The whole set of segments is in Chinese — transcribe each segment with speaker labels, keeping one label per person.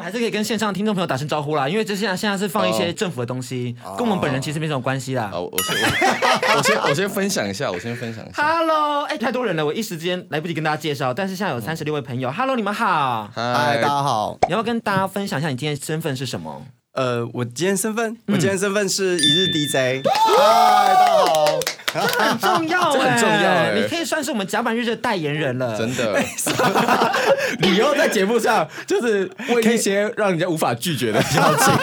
Speaker 1: 还是可以跟线上听众朋友打声招呼啦，因为这现在现在是放一些政府的东西，跟我们本人其实没什么关系啦
Speaker 2: 啊，。我我先我 我先我先分享一下，我先分享一下。
Speaker 1: Hello，哎、太多人了，我一时间来不及跟大家介绍，但是现在有三十六位朋友。Hello，你们好。
Speaker 2: 嗨
Speaker 3: 嗨，大，家好。
Speaker 1: 嗯你要不要跟大家分享一下你今天身份是什么？
Speaker 3: 呃，我今天身份，我今天身份是一日 DJ。嗨，大家好。
Speaker 1: 很重要、欸，
Speaker 2: 这很重要欸
Speaker 1: 你可以算是我们甲板日的代言人了。
Speaker 2: 真的，
Speaker 4: 你要在节目上就是问一些让人家无法拒绝的邀请，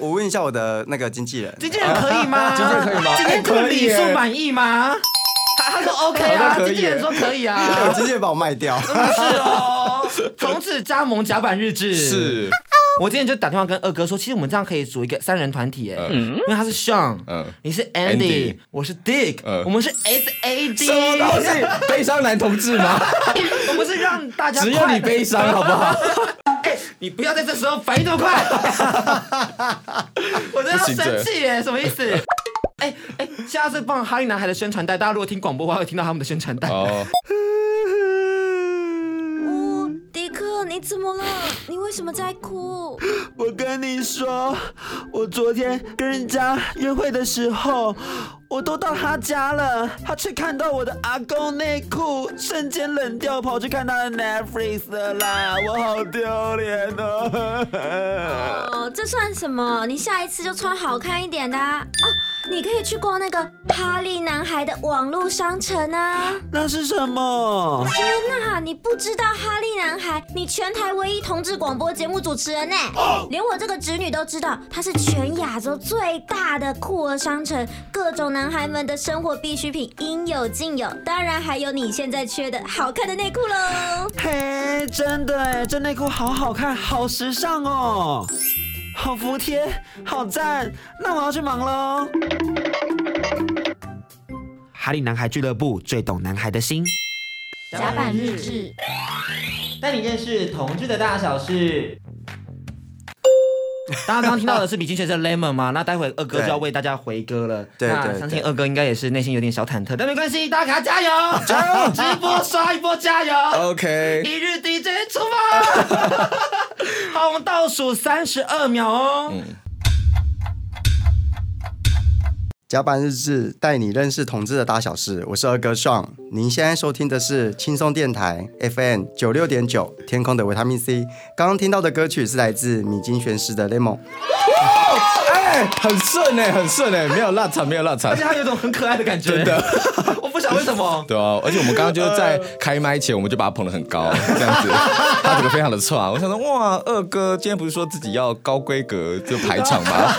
Speaker 3: 我问一下我的那个经纪人，
Speaker 1: 经纪人可以吗？经纪人可以吗？ 今天这个礼数满意吗？他他说 OK 啊，经纪人说可以
Speaker 3: 我
Speaker 1: 啊。
Speaker 3: 直接把我卖掉。
Speaker 1: 是哦，从此加盟甲板日 志。，
Speaker 2: 是，
Speaker 1: 我今天就打电话跟二哥说，其实我们这样可以组一个三人团体哎，因为他是 Sean，
Speaker 2: 嗯
Speaker 1: 你是 Andy，
Speaker 2: Andy
Speaker 1: 我是 Dick，
Speaker 2: 嗯
Speaker 1: 我们是 S A D，
Speaker 4: 什么东西？悲伤男同志吗？
Speaker 1: 我们是让大家
Speaker 4: 只有
Speaker 1: 快
Speaker 4: 你悲伤好不 好？
Speaker 1: 哎，你不要在这时候反应这么 快，我真的要生气耶！什么意思？ 哎哎，下次放哈利男孩的宣传带，大家如果听广播的话，会听到他们的宣传带。
Speaker 2: 哦，
Speaker 5: 哦，迪克，你怎么了？你为什么在哭？
Speaker 6: 我跟你说，我昨天跟人家约会的时候，我都到他家了，他却看到我的阿公内裤，瞬间冷掉，跑去看他的 Netflix 了啦，我好丢脸哦！
Speaker 5: 哦，这算什么？你下一次就穿好看一点的、啊、哦。你可以去逛那个哈利男孩的网络商城啊！
Speaker 6: 那是什么？
Speaker 5: 天哪，你不知道哈利男孩，你全台唯一同志广播节目主持人呢、连我这个侄女都知道，他是全亚洲最大的酷儿商城，各种男孩们的生活必需品应有尽有，当然还有你现在缺的好看的内裤喽。
Speaker 6: 嘿，真的哎，这内裤好好看，好时尚哦，好服帖，好赞。那我要去忙喽。
Speaker 1: 哈利男孩俱乐部最懂男孩的心，
Speaker 5: 甲板日志。
Speaker 1: 带你认识同志的大小事。大家刚刚听到的是比金先生 Lemon 吗？那待会二哥就要为大家回歌了。
Speaker 3: 对对
Speaker 1: 那
Speaker 3: 对
Speaker 1: 相信二哥应该也是内心有点小忐忑，但没关系，大家给他加油， 加油！直播刷一波， 加油！
Speaker 2: ，OK，
Speaker 1: 一日 DJ 出发！好，我们倒数三十二秒哦。
Speaker 3: 甲板日志带你认识同志的大小事，我是二哥 Sean。您现在收听的是轻松电台 FM 九六点九，天空的维他命 C。刚刚听到的歌曲是来自米津玄师的《Lemon》。
Speaker 4: 哎，很顺哎，很顺哎，没有落场，没有落场
Speaker 1: 而且。它有一种很可爱的感觉，真的， 我不想为什么。
Speaker 2: 对啊，而且我们刚刚就是在开麦前，我们就把他捧得很高，这样子，他整个非常的串。我想说，哇，二哥今天不是说自己要高规格就排场 吗？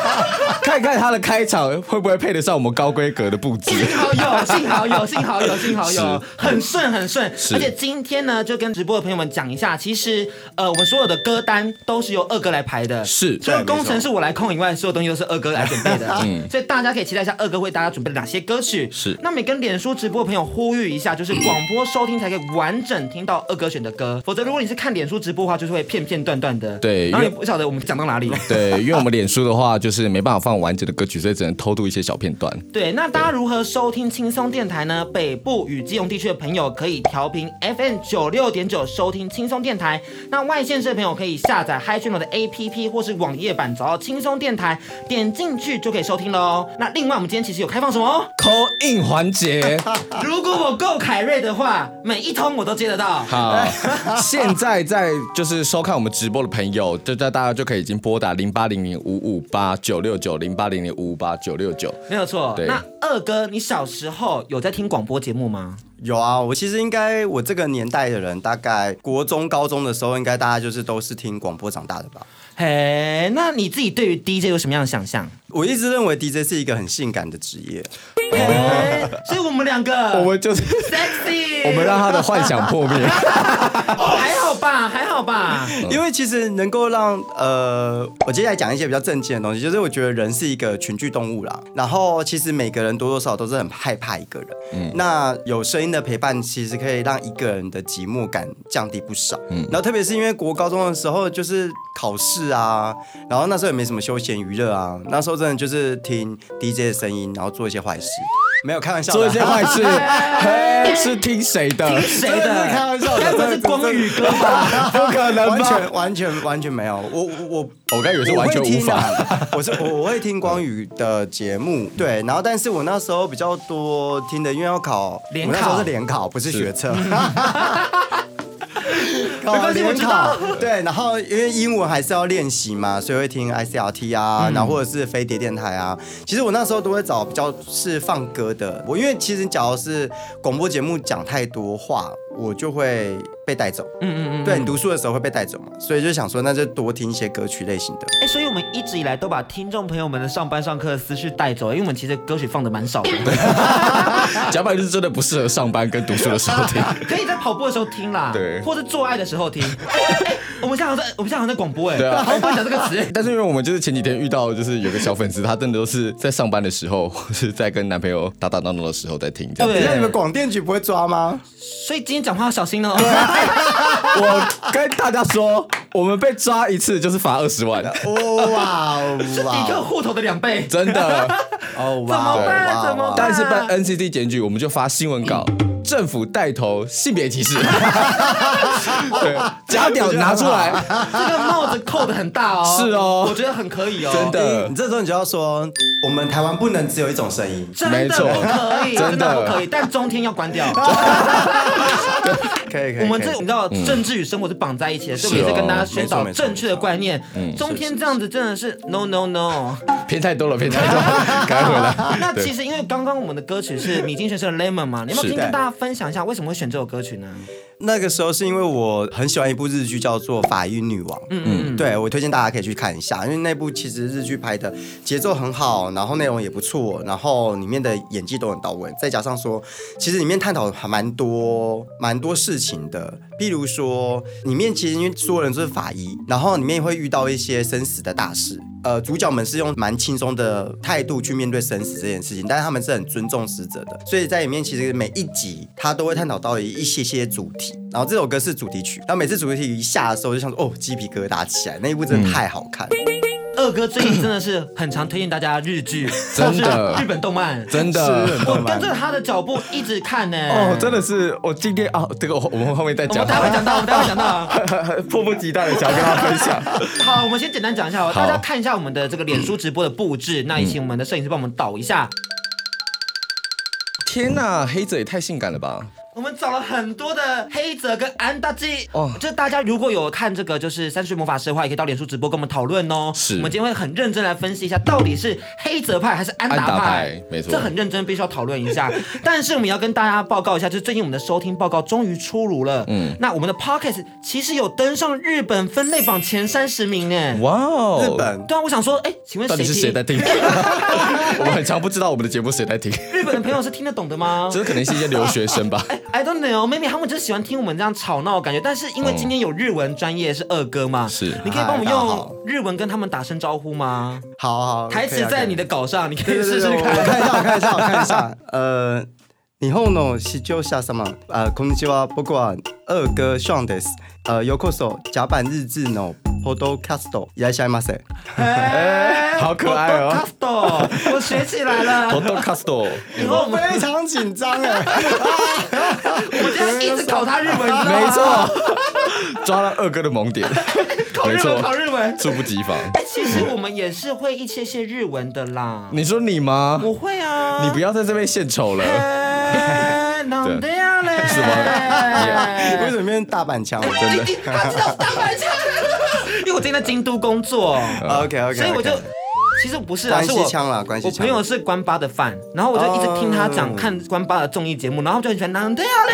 Speaker 2: 看看他的开场会不会配得上我们高规格的布置？
Speaker 1: 幸好有，幸好有，幸好有，幸好有，很顺很顺。而且今天呢，就跟直播的朋友们讲一下，其实呃，我们所有的歌单都是由二哥来排的，
Speaker 2: 是
Speaker 1: 除了工程是我来控以外，所有东西都是二哥来准备 的。嗯，所以大家可以期待一下二哥为大家准备了哪些歌曲。
Speaker 2: 是
Speaker 1: 那么也跟脸书直播的朋友呼吁一下，就是广播收听才可以完整听到二哥选的歌，否则如果你是看脸书直播的话，就是会片片段段的。
Speaker 2: 对
Speaker 1: 然后
Speaker 2: 因为
Speaker 1: 你不晓得我们讲到哪里。
Speaker 2: 对，因为我们脸书的话，就是没办法放完整的歌曲，所以只能偷渡一些小片段。
Speaker 1: 对，那大家如何收听轻松电台呢？北部与基隆地区的朋友可以调频 FM 九六点九收听轻松电台，那外县市的朋友可以下载 Hi Channel 的 APP 或是网页版，找到轻松电台，点进去就可以收听喽。那另外，我们今天其实有开放什么哦？
Speaker 2: 扣印环节，
Speaker 1: 如果我够凯瑞的话，每一通我都接得到。
Speaker 2: 好，现在在就是收看我们直播的朋友，就在大家就可以已经拨打零八零零五五八九六九零八零零五五八九六九。
Speaker 1: 没有错。
Speaker 2: 对
Speaker 1: 那二哥，你小时候有在听广播节目吗？
Speaker 3: 有啊，我其实应该我这个年代的人，大概国中、高中的时候，应该大家就是都是听广播长大的吧。
Speaker 1: 嘿，那你自己对于 DJ 有什么样的想象？
Speaker 3: 我一直认为 DJ 是一个很性感的职业，
Speaker 1: 嘿所以我们两个，
Speaker 2: 哦我们就是
Speaker 1: sexy，
Speaker 2: 我们让他的幻想破灭。
Speaker 1: 还好吧，还好吧。
Speaker 2: 嗯
Speaker 3: 因为其实能够让呃，我接下来讲一些比较正经的东西，就是我觉得人是一个群居动物啦。然后其实每个人多多少少都是很害怕一个人，
Speaker 2: 嗯
Speaker 3: 那有声音的陪伴，其实可以让一个人的寂寞感降低不少。
Speaker 2: 嗯
Speaker 3: 然后特别是因为国高中的时候就是考试啊，然后那时候也没什么休闲娱乐啊，那时候真的就是听 DJ 的声音，然后做一些坏事。没有开玩笑 的，
Speaker 2: 做一些坏 事，嘿，是听谁的？
Speaker 6: 谁
Speaker 3: 真的
Speaker 6: 的？
Speaker 3: 是开玩笑的
Speaker 6: 该不会是光宇哥吧？
Speaker 2: 不可能
Speaker 3: 完
Speaker 2: 吧？
Speaker 3: 全完全完全没有，我我我
Speaker 2: 我刚以为是完全无法。
Speaker 3: 我会听啊我是我我会听光宇的节
Speaker 6: 嗯
Speaker 3: 目，对，然后但是我那时候比较多听的，因为要考，
Speaker 6: 联
Speaker 3: 我那时候
Speaker 6: 考
Speaker 3: 是联考，不是学测。 考
Speaker 6: 没关系我
Speaker 3: 联
Speaker 6: 知道
Speaker 3: 考对，然后因为英文还是要练习嘛，所以会听 ICRT 啊，
Speaker 6: 嗯
Speaker 3: 然后或者是飞碟电台啊。其实我那时候都会找比较是放歌的，我因为其实假如是广播节目讲太多话，我就会被带走。
Speaker 6: 嗯嗯嗯。
Speaker 3: 对你读书的时候会被带走嘛，所以就想说那就多听一些歌曲类型的。
Speaker 6: 哎，所以我们一直以来都把听众朋友们的上班上课的思绪带走，因为我们其实歌曲放的 蛮少的，
Speaker 2: 甲板日志真的不适合上班跟读书的时候听。
Speaker 6: 可以在跑步的时候听啦，
Speaker 2: 对
Speaker 6: 或者做爱的时候 听。哎哎我们现在好像在我们现在好像在广播哎，
Speaker 2: 对啊
Speaker 6: 好像不能讲这个 词。
Speaker 2: 但是因为我们就是前几天遇到，就是有个小粉丝，他真的都是在上班的时候，或是在跟男朋友打打闹闹的时候在听。这样
Speaker 6: 对
Speaker 3: 那你们广电局不会抓吗？
Speaker 6: 所以今天讲话要小心哦。
Speaker 3: 啊
Speaker 2: 我跟大家说，我们被抓一次就是罚二十 万，
Speaker 3: 哇哦
Speaker 6: 迪克
Speaker 3: 哇
Speaker 6: 户头的两倍，
Speaker 2: 真 的。
Speaker 3: 哦
Speaker 6: 怎
Speaker 3: 哇
Speaker 6: 么
Speaker 3: 哦
Speaker 6: 办？
Speaker 3: 哇
Speaker 6: 怎么
Speaker 3: 哦！
Speaker 6: 办？
Speaker 2: 但是办 NCT 检举，我们就发新闻稿，政府带头性别歧 视，对，假屌拿出 来，
Speaker 6: 这个帽子扣的很大哦。
Speaker 2: 呃是哦
Speaker 6: 我觉得很可以哦。
Speaker 2: 真的
Speaker 3: 你。这时候你就要说，我们台湾不能只有一种声音。
Speaker 6: 真
Speaker 2: 没
Speaker 6: 的
Speaker 2: 错
Speaker 6: 不可以，
Speaker 2: 真的
Speaker 6: 真的不可以。但中天要关掉。
Speaker 3: 可以可以，
Speaker 6: 我们这
Speaker 3: 可以
Speaker 6: 你知道，政治与生活是绑在一起的，所以
Speaker 2: 嗯是
Speaker 6: 我们也
Speaker 2: 哦
Speaker 6: 是跟大家宣
Speaker 3: 没错
Speaker 6: 导
Speaker 3: 没错嗯
Speaker 6: 正确的观念。中天这样子真的是 no no no。啊
Speaker 2: 偏太多了，偏太多了， 赶快回来。
Speaker 6: 那
Speaker 2: 对
Speaker 6: 其实因为刚刚我们的歌曲是米津玄师的 Lemon 嘛，你要不要
Speaker 2: 是
Speaker 6: 先跟大家分享一下为什么会选这首歌曲呢？
Speaker 3: 那个时候是因为我很喜欢一部日剧叫做《法医女王》，嗯嗯，对我推荐大家可以去看一下，因为那部其实日剧拍的节奏很好，然后内容也不错，然后里面的演技都很到位，再加上说，其实里面探讨还蛮多蛮多事情的，譬如说里面其实因为所有人都是法医，然后里面会遇到一些生死的大事，呃，主角们是用蛮轻松的态度去面对生死这件事情，但是他们是很尊重死者的，所以在里面其实每一集他都会探讨到一些些主题，然后这首歌是主题曲，然后每次主题曲一下的时候，我就想说哦，鸡皮疙瘩起来，那一部真的太好看了。
Speaker 6: 二哥最近真的是很常推荐大家日剧，或
Speaker 2: 真
Speaker 6: 是
Speaker 2: 的
Speaker 6: 日本动漫。
Speaker 2: 真的，
Speaker 6: 我跟着他的脚步一直看呢。
Speaker 2: 哦，真的是，我今天啊，这个我我们后面再
Speaker 6: 我
Speaker 2: 讲
Speaker 6: 们待会讲到，我们待会讲到。
Speaker 2: 迫不及待的想要跟大家分享。
Speaker 6: 好，我们先简单讲一下哦，
Speaker 2: 好嗯
Speaker 6: 大家看一下我们的这个脸书直播的布置，那也请我们的摄影师帮我们导一下。
Speaker 2: 天呐，黑子也太性感了吧！
Speaker 6: 我们找了很多的黑泽跟安大基，哦
Speaker 2: 哦，
Speaker 6: 就大家如果有看这个就是三岁魔法师的话，也可以到脸书直播跟我们讨论哦。
Speaker 2: 是
Speaker 6: 我们今天会很认真来分析一下，到底是黑泽派还是安达
Speaker 2: 安达派没错
Speaker 6: 这很认真，必须要讨论 一下。但是我们要跟大家报告一下，就是最近我们的收听报告终于出炉了，嗯，那我们的 Pocket 其实有登上日本分类榜前三十名，哎，
Speaker 2: 哇哦，
Speaker 3: 日本
Speaker 6: 对啊，我想说，哎，请问
Speaker 2: 到底是谁
Speaker 6: 谁
Speaker 2: 在
Speaker 6: 听？
Speaker 2: 听？ 我们很常不知道我们的节目谁在听，
Speaker 6: 日本的朋友是听得懂的吗？
Speaker 2: 这可能是一些留学生吧。
Speaker 6: I don't know, maybe 他们就是喜欢听我们这样吵闹的感觉，但是因为今天有日文专业是二哥嘛，
Speaker 2: 是
Speaker 6: 你可以帮我们
Speaker 3: 嗨大家嗯好
Speaker 6: 用日文跟他们打声招呼吗？
Speaker 3: 好好，啊
Speaker 6: 台词在你的稿上，你可以
Speaker 3: 对
Speaker 6: 试
Speaker 3: 对
Speaker 6: 试
Speaker 3: 对，我我
Speaker 6: 看。
Speaker 3: 看一下，我看一下，我看一下。呃，日本の視聴者様、あ、こんにちは。僕は二哥ショーンです。呃，ようこそ甲板日志のポッドキャストいらっしゃいませ。
Speaker 6: 哎
Speaker 2: 好可爱哦
Speaker 6: Podcast，我学起 来了。
Speaker 2: Podcast，
Speaker 6: 以后我们
Speaker 3: 非常紧张哎，
Speaker 6: 我们这样一直考他日文，你知道吗
Speaker 2: 没，错，抓到二哥的萌点，
Speaker 6: 考日
Speaker 2: 没错
Speaker 6: 文，考日文。
Speaker 2: 猝不及防。
Speaker 6: 哎其实我们也是会一些些日文的啦，
Speaker 2: 你说你吗？
Speaker 6: 我会啊。
Speaker 2: 你不要在这边献丑 了。
Speaker 6: 哎。弄得呀嘞？
Speaker 2: 是吗你
Speaker 3: 为什么变大板腔？我
Speaker 6: 你
Speaker 3: 真的。
Speaker 6: 你他知道我当白痴， 因为我最近在京都工作，
Speaker 3: OK OK，
Speaker 6: 所以我就。其实不是啊，
Speaker 3: 关
Speaker 6: 是
Speaker 3: 西
Speaker 6: 我
Speaker 3: 腔啦关西
Speaker 6: 我
Speaker 3: 腔
Speaker 6: 朋友是关八的饭，然后我就一直听他讲、
Speaker 3: 哦
Speaker 6: 看关八的综艺节目，然后就很喜欢南对啊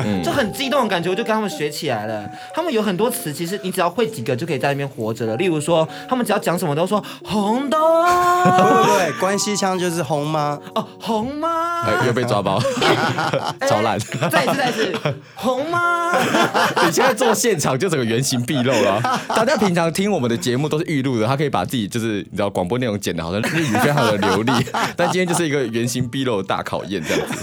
Speaker 6: 嘞， 就很激动的感觉，我就跟他们学起来了。他们有很多词，其实你只要会几个就可以在那边活着了。例如说，他们只要讲什么都说红的
Speaker 3: 不
Speaker 6: 哦，
Speaker 3: 不不，关西腔就是红吗？
Speaker 6: 红吗？
Speaker 2: 哎，又被抓包，超烂！
Speaker 6: 再一次，再一次，红吗？
Speaker 2: 你现在做现场就整个原形毕露了啊。大家平常听我们的节目都是预录的，他可以把自己就是你知道广播内容剪的好像日语非常的流 利，但今天就是一个原形毕露的大考验这样子。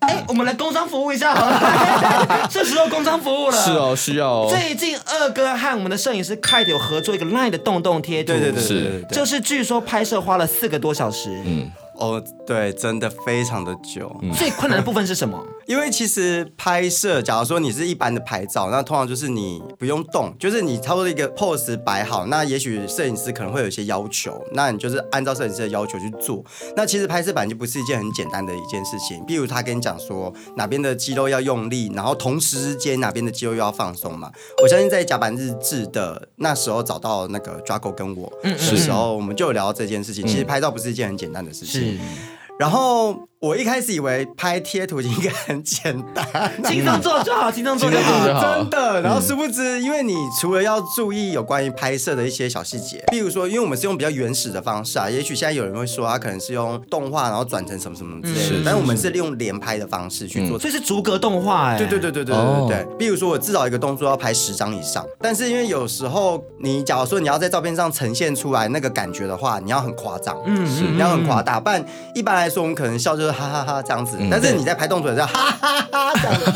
Speaker 6: 哎、我们来工商服务一下好了， 是时候工商服务了。
Speaker 2: 是。哦，需要哦。
Speaker 6: 最近二哥和我们的摄影师凯有
Speaker 2: 啊
Speaker 6: 合作一个 LINE 的洞洞贴图，
Speaker 3: 对对对，
Speaker 2: 是
Speaker 3: 对对对
Speaker 6: 就是据说拍摄花了四个多小时。嗯，
Speaker 3: 哦，对，真的非常的久。
Speaker 6: 最困难的部分是什么？
Speaker 3: 因为其实拍摄，假如说你是一般的拍照，那通常就是你不用动，就是你差不多一个 pose 摆好，那也许摄影师可能会有一些要求，那你就是按照摄影师的要求去做。那其实拍摄本来就不是一件很简单的一件事情，比如他跟你讲说哪边的肌肉要用力，然后同时之间哪边的肌肉又要放松嘛。我相信在甲板日志的那时候找到那个 Drago 跟我嗯的时候，我们就有聊到这件事情。其实拍照不是一件很简单的事情。然后我一开始以为拍贴图应该很简单，
Speaker 6: 轻松做就好，轻松做就好。
Speaker 3: 真的。然后殊不知，因为你除了要注意有关于拍摄的一些小细节，比如说，因为我们是用比较原始的方式啊，也许现在有人会说啊他可能是用动画然后转成什么什么之类的，但我们是利嗯用连拍的方式去做。
Speaker 6: 所以是逐格动画，哎，
Speaker 3: 对对对对对对对对，比如说我至少一个动作要拍十张以上，但是因为有时候你假如说你要在照片上呈现出来那个感觉的话，你要很夸张，嗯，你要很夸大，不然一般来说我们可能笑就是哈哈哈这样子，但是你在拍动作的时候哈哈哈这样子。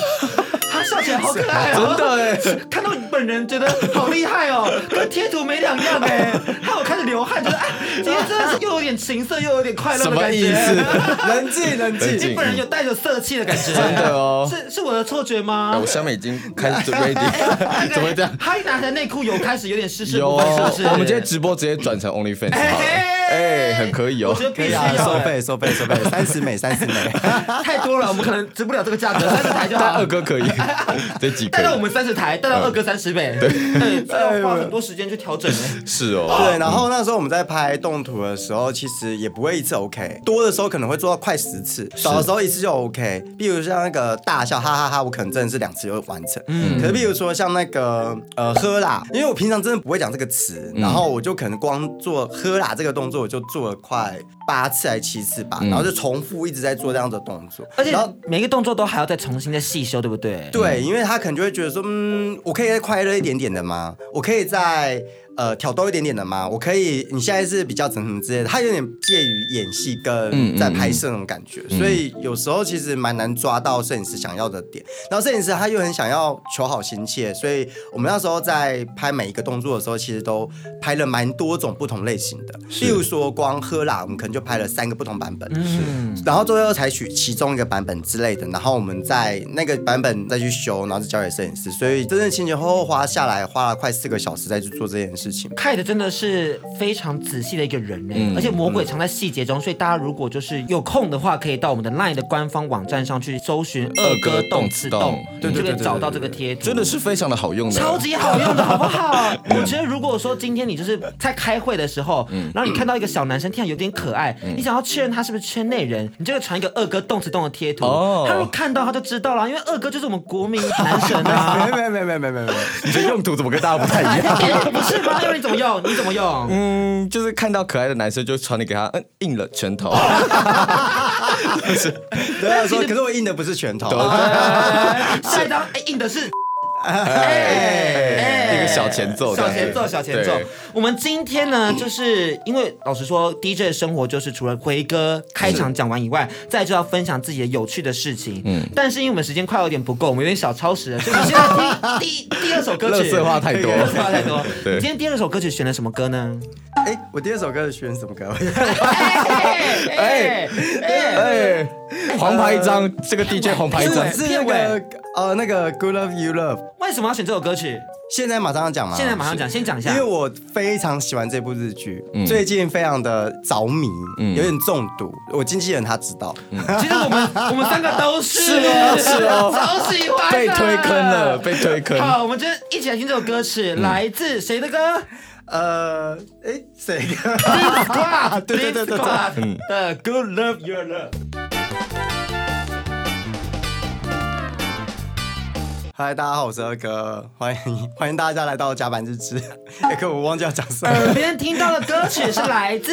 Speaker 6: 他 笑起来好可爱哦，真的哎，看到你本人觉得好厉害哦，跟贴图没两样 哎，害我开始流汗，觉得哎，今天真的是又有点情色，又有点快乐的感觉。
Speaker 2: 什么意
Speaker 3: 冷静冷静，
Speaker 6: 你本人有带着色气的感觉，真
Speaker 2: 的哦
Speaker 6: 是是我的错觉
Speaker 2: 哎
Speaker 6: 吗
Speaker 2: 我？下面已经开始准备一点， 怎么会这样？
Speaker 6: 哈伊拿的内裤有开始有点湿湿
Speaker 2: 有，哦
Speaker 6: 不分，是不是？
Speaker 2: 我们今天直播直接转成 OnlyFans 好了，哎，很可以
Speaker 6: 我
Speaker 2: 哦
Speaker 6: 觉。得必须
Speaker 3: 啊，
Speaker 6: 要
Speaker 3: 收
Speaker 6: 哎
Speaker 3: 费收费收费， 三十美三十美，
Speaker 6: 太多了，我们可能值不了这个价格，三十台就
Speaker 2: 但
Speaker 6: 好
Speaker 2: 二。哥可 以，这几个
Speaker 6: 带到我们三十台，带到二哥三十倍，对，这要花很多时间去调整哎。
Speaker 2: 是哦，
Speaker 3: 对。然后那时候我们在拍动图的时候，其实也不会一次 OK，多的时候可能会做到快十次，少的时候一次就 OK。比如像那个大笑哈哈哈，我可能真的是两次就完成。
Speaker 6: 嗯
Speaker 3: 可是比如说像那个呃喝啦，因为我平常真的不会讲这个词，
Speaker 6: 嗯
Speaker 3: 然后我就可能光做喝啦这个动作，我就做了快八次还七次吧，然后就重复一直在做这样的动作，
Speaker 6: 嗯而且
Speaker 3: 然后
Speaker 6: 每个动作都还要再重新再细修，对不对？
Speaker 3: 对，因为他可能就会觉得说，嗯，我可以再快乐一点点的吗？我可以再呃挑逗一点点的吗？我可以，你现在是比较怎么怎么之类的，他有点介于演戏跟在拍摄那种感觉，所以有时候其实蛮难抓到摄影师想要的点。然后摄影师他又很想要求好心切，所以我们那时候在拍每一个动作的时候，其实都拍了蛮多种不同类型的，例如说光喝啦，我们可能就拍了三个不同版本，然后最后采取其中一个版本之类的，然后我们在那个版本再去修，然后再交给摄影师。所以真正前前后后花下来，花了快四个小时再去做这件事情。
Speaker 6: 凯的真的是非常仔细的一个人呢、
Speaker 2: 嗯
Speaker 6: 而且魔鬼藏在细节中，所以大家如果就是有空的话，可以到我们的 LINE 的官方网站上去搜寻“二哥动次动”，
Speaker 2: 对对
Speaker 6: 你就
Speaker 2: 对
Speaker 6: 可以
Speaker 2: 对对
Speaker 6: 找到这个贴图，
Speaker 2: 真的是非常的好用的，
Speaker 6: 超级好用的，好不好？ 我觉得如果说今天你就是在开会的时候，然后你看到一个小男生，天啊有点可爱，你想要确认他是不是圈内人，你就会传一个二哥动词动的贴图。
Speaker 2: 哦
Speaker 6: 他如果看到他就知道了，因为二哥就是我们国民男神 啊。
Speaker 3: 没有没有没有没有没有没有，
Speaker 2: 你的用途怎么跟大家不太一 样？
Speaker 6: 不是吗？要不然你怎么用？你怎么用？
Speaker 2: 嗯，就是看到可爱的男生就传你给他，嗯，硬了拳 头。
Speaker 3: 对啊，说可是我印的不是拳头，
Speaker 6: 哎 下一张哎，印的是。哎
Speaker 2: 一个小前奏
Speaker 6: 小前奏，
Speaker 2: 对
Speaker 6: 小前奏
Speaker 2: 对。
Speaker 6: 我们今天呢，就是因为老实说，DJ 的生活就是除了辉哥开场讲完以外，再就要分享自己的有趣的事情。嗯，但是因为我们时间快有点不够，我们有点小超 时了，所以我们现在第第第二首歌曲，
Speaker 2: 垃圾话太 多
Speaker 6: 垃圾话太多。你
Speaker 2: 对
Speaker 6: 今天第二首歌曲选了什么歌呢？
Speaker 3: 哎，我第二首歌是选什么歌？
Speaker 6: 哎
Speaker 2: 哎，黄牌一张，这个 DJ 黄牌一
Speaker 3: 是
Speaker 2: 张
Speaker 6: 呃哎，
Speaker 3: 是那个呃那个 Good Love You Love，
Speaker 6: 为什么要选这首歌曲？
Speaker 3: 现在马上要讲吗？
Speaker 6: 现在马
Speaker 2: 啊
Speaker 6: 上讲，先讲一下。
Speaker 3: 因为我非常喜欢这部日剧，最近非常的着迷，有点中毒。我经纪人他知道，
Speaker 6: 其实我们我们三个都是是
Speaker 2: 哦是哦
Speaker 6: 超喜欢的
Speaker 2: 被推坑了，。嗯被推坑。
Speaker 6: 哎好，我们就一起来听这首歌曲，来自谁的歌？
Speaker 3: 呃，哎，谁？
Speaker 6: 哇，
Speaker 3: 对对对对对
Speaker 6: Squad
Speaker 2: 嗯
Speaker 6: 的《Good Love Your Love》。
Speaker 3: 嗨，大家好，我是二哥，欢迎欢迎大家来到甲板日志。 哎，可我忘记要讲什么。
Speaker 6: 耳边听到的歌曲是来 自，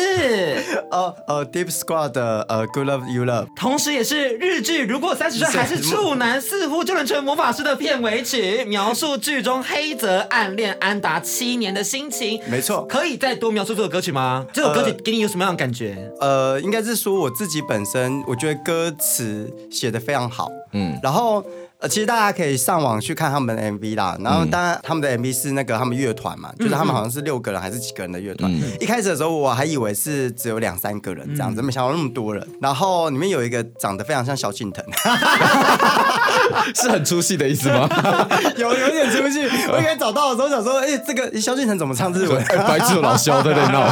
Speaker 3: 哦呃，Deep Squad 的呃，Good Love You Love。
Speaker 6: 同时也是日剧《如果三十岁还是处男，似乎就能成为魔法师》的片尾曲，描述剧中黑泽暗恋安达七年的心情。
Speaker 3: 没错
Speaker 6: 可以再多描述这首歌曲吗？这首歌曲给你有什么样的感觉？
Speaker 3: 呃，应该是说我自己本身，我觉得歌词写的非常好，嗯，然后呃，其实大家可以上网去看他们的 MV 啦。然后，当然他们的 MV 是那个他们乐团嘛，就是他们好像是六个人还是几个人的乐团。一开始的时候我还以为是只有两三个人这样子，没想到那么多人。然后里面有一个长得非常像萧敬腾，
Speaker 2: 是很出戏的意思 吗？哎
Speaker 3: 有有一点出戏。我一开始找到的时候想说，哎、这个萧敬腾怎么唱日 文？
Speaker 2: 哎白痴老肖在 那闹，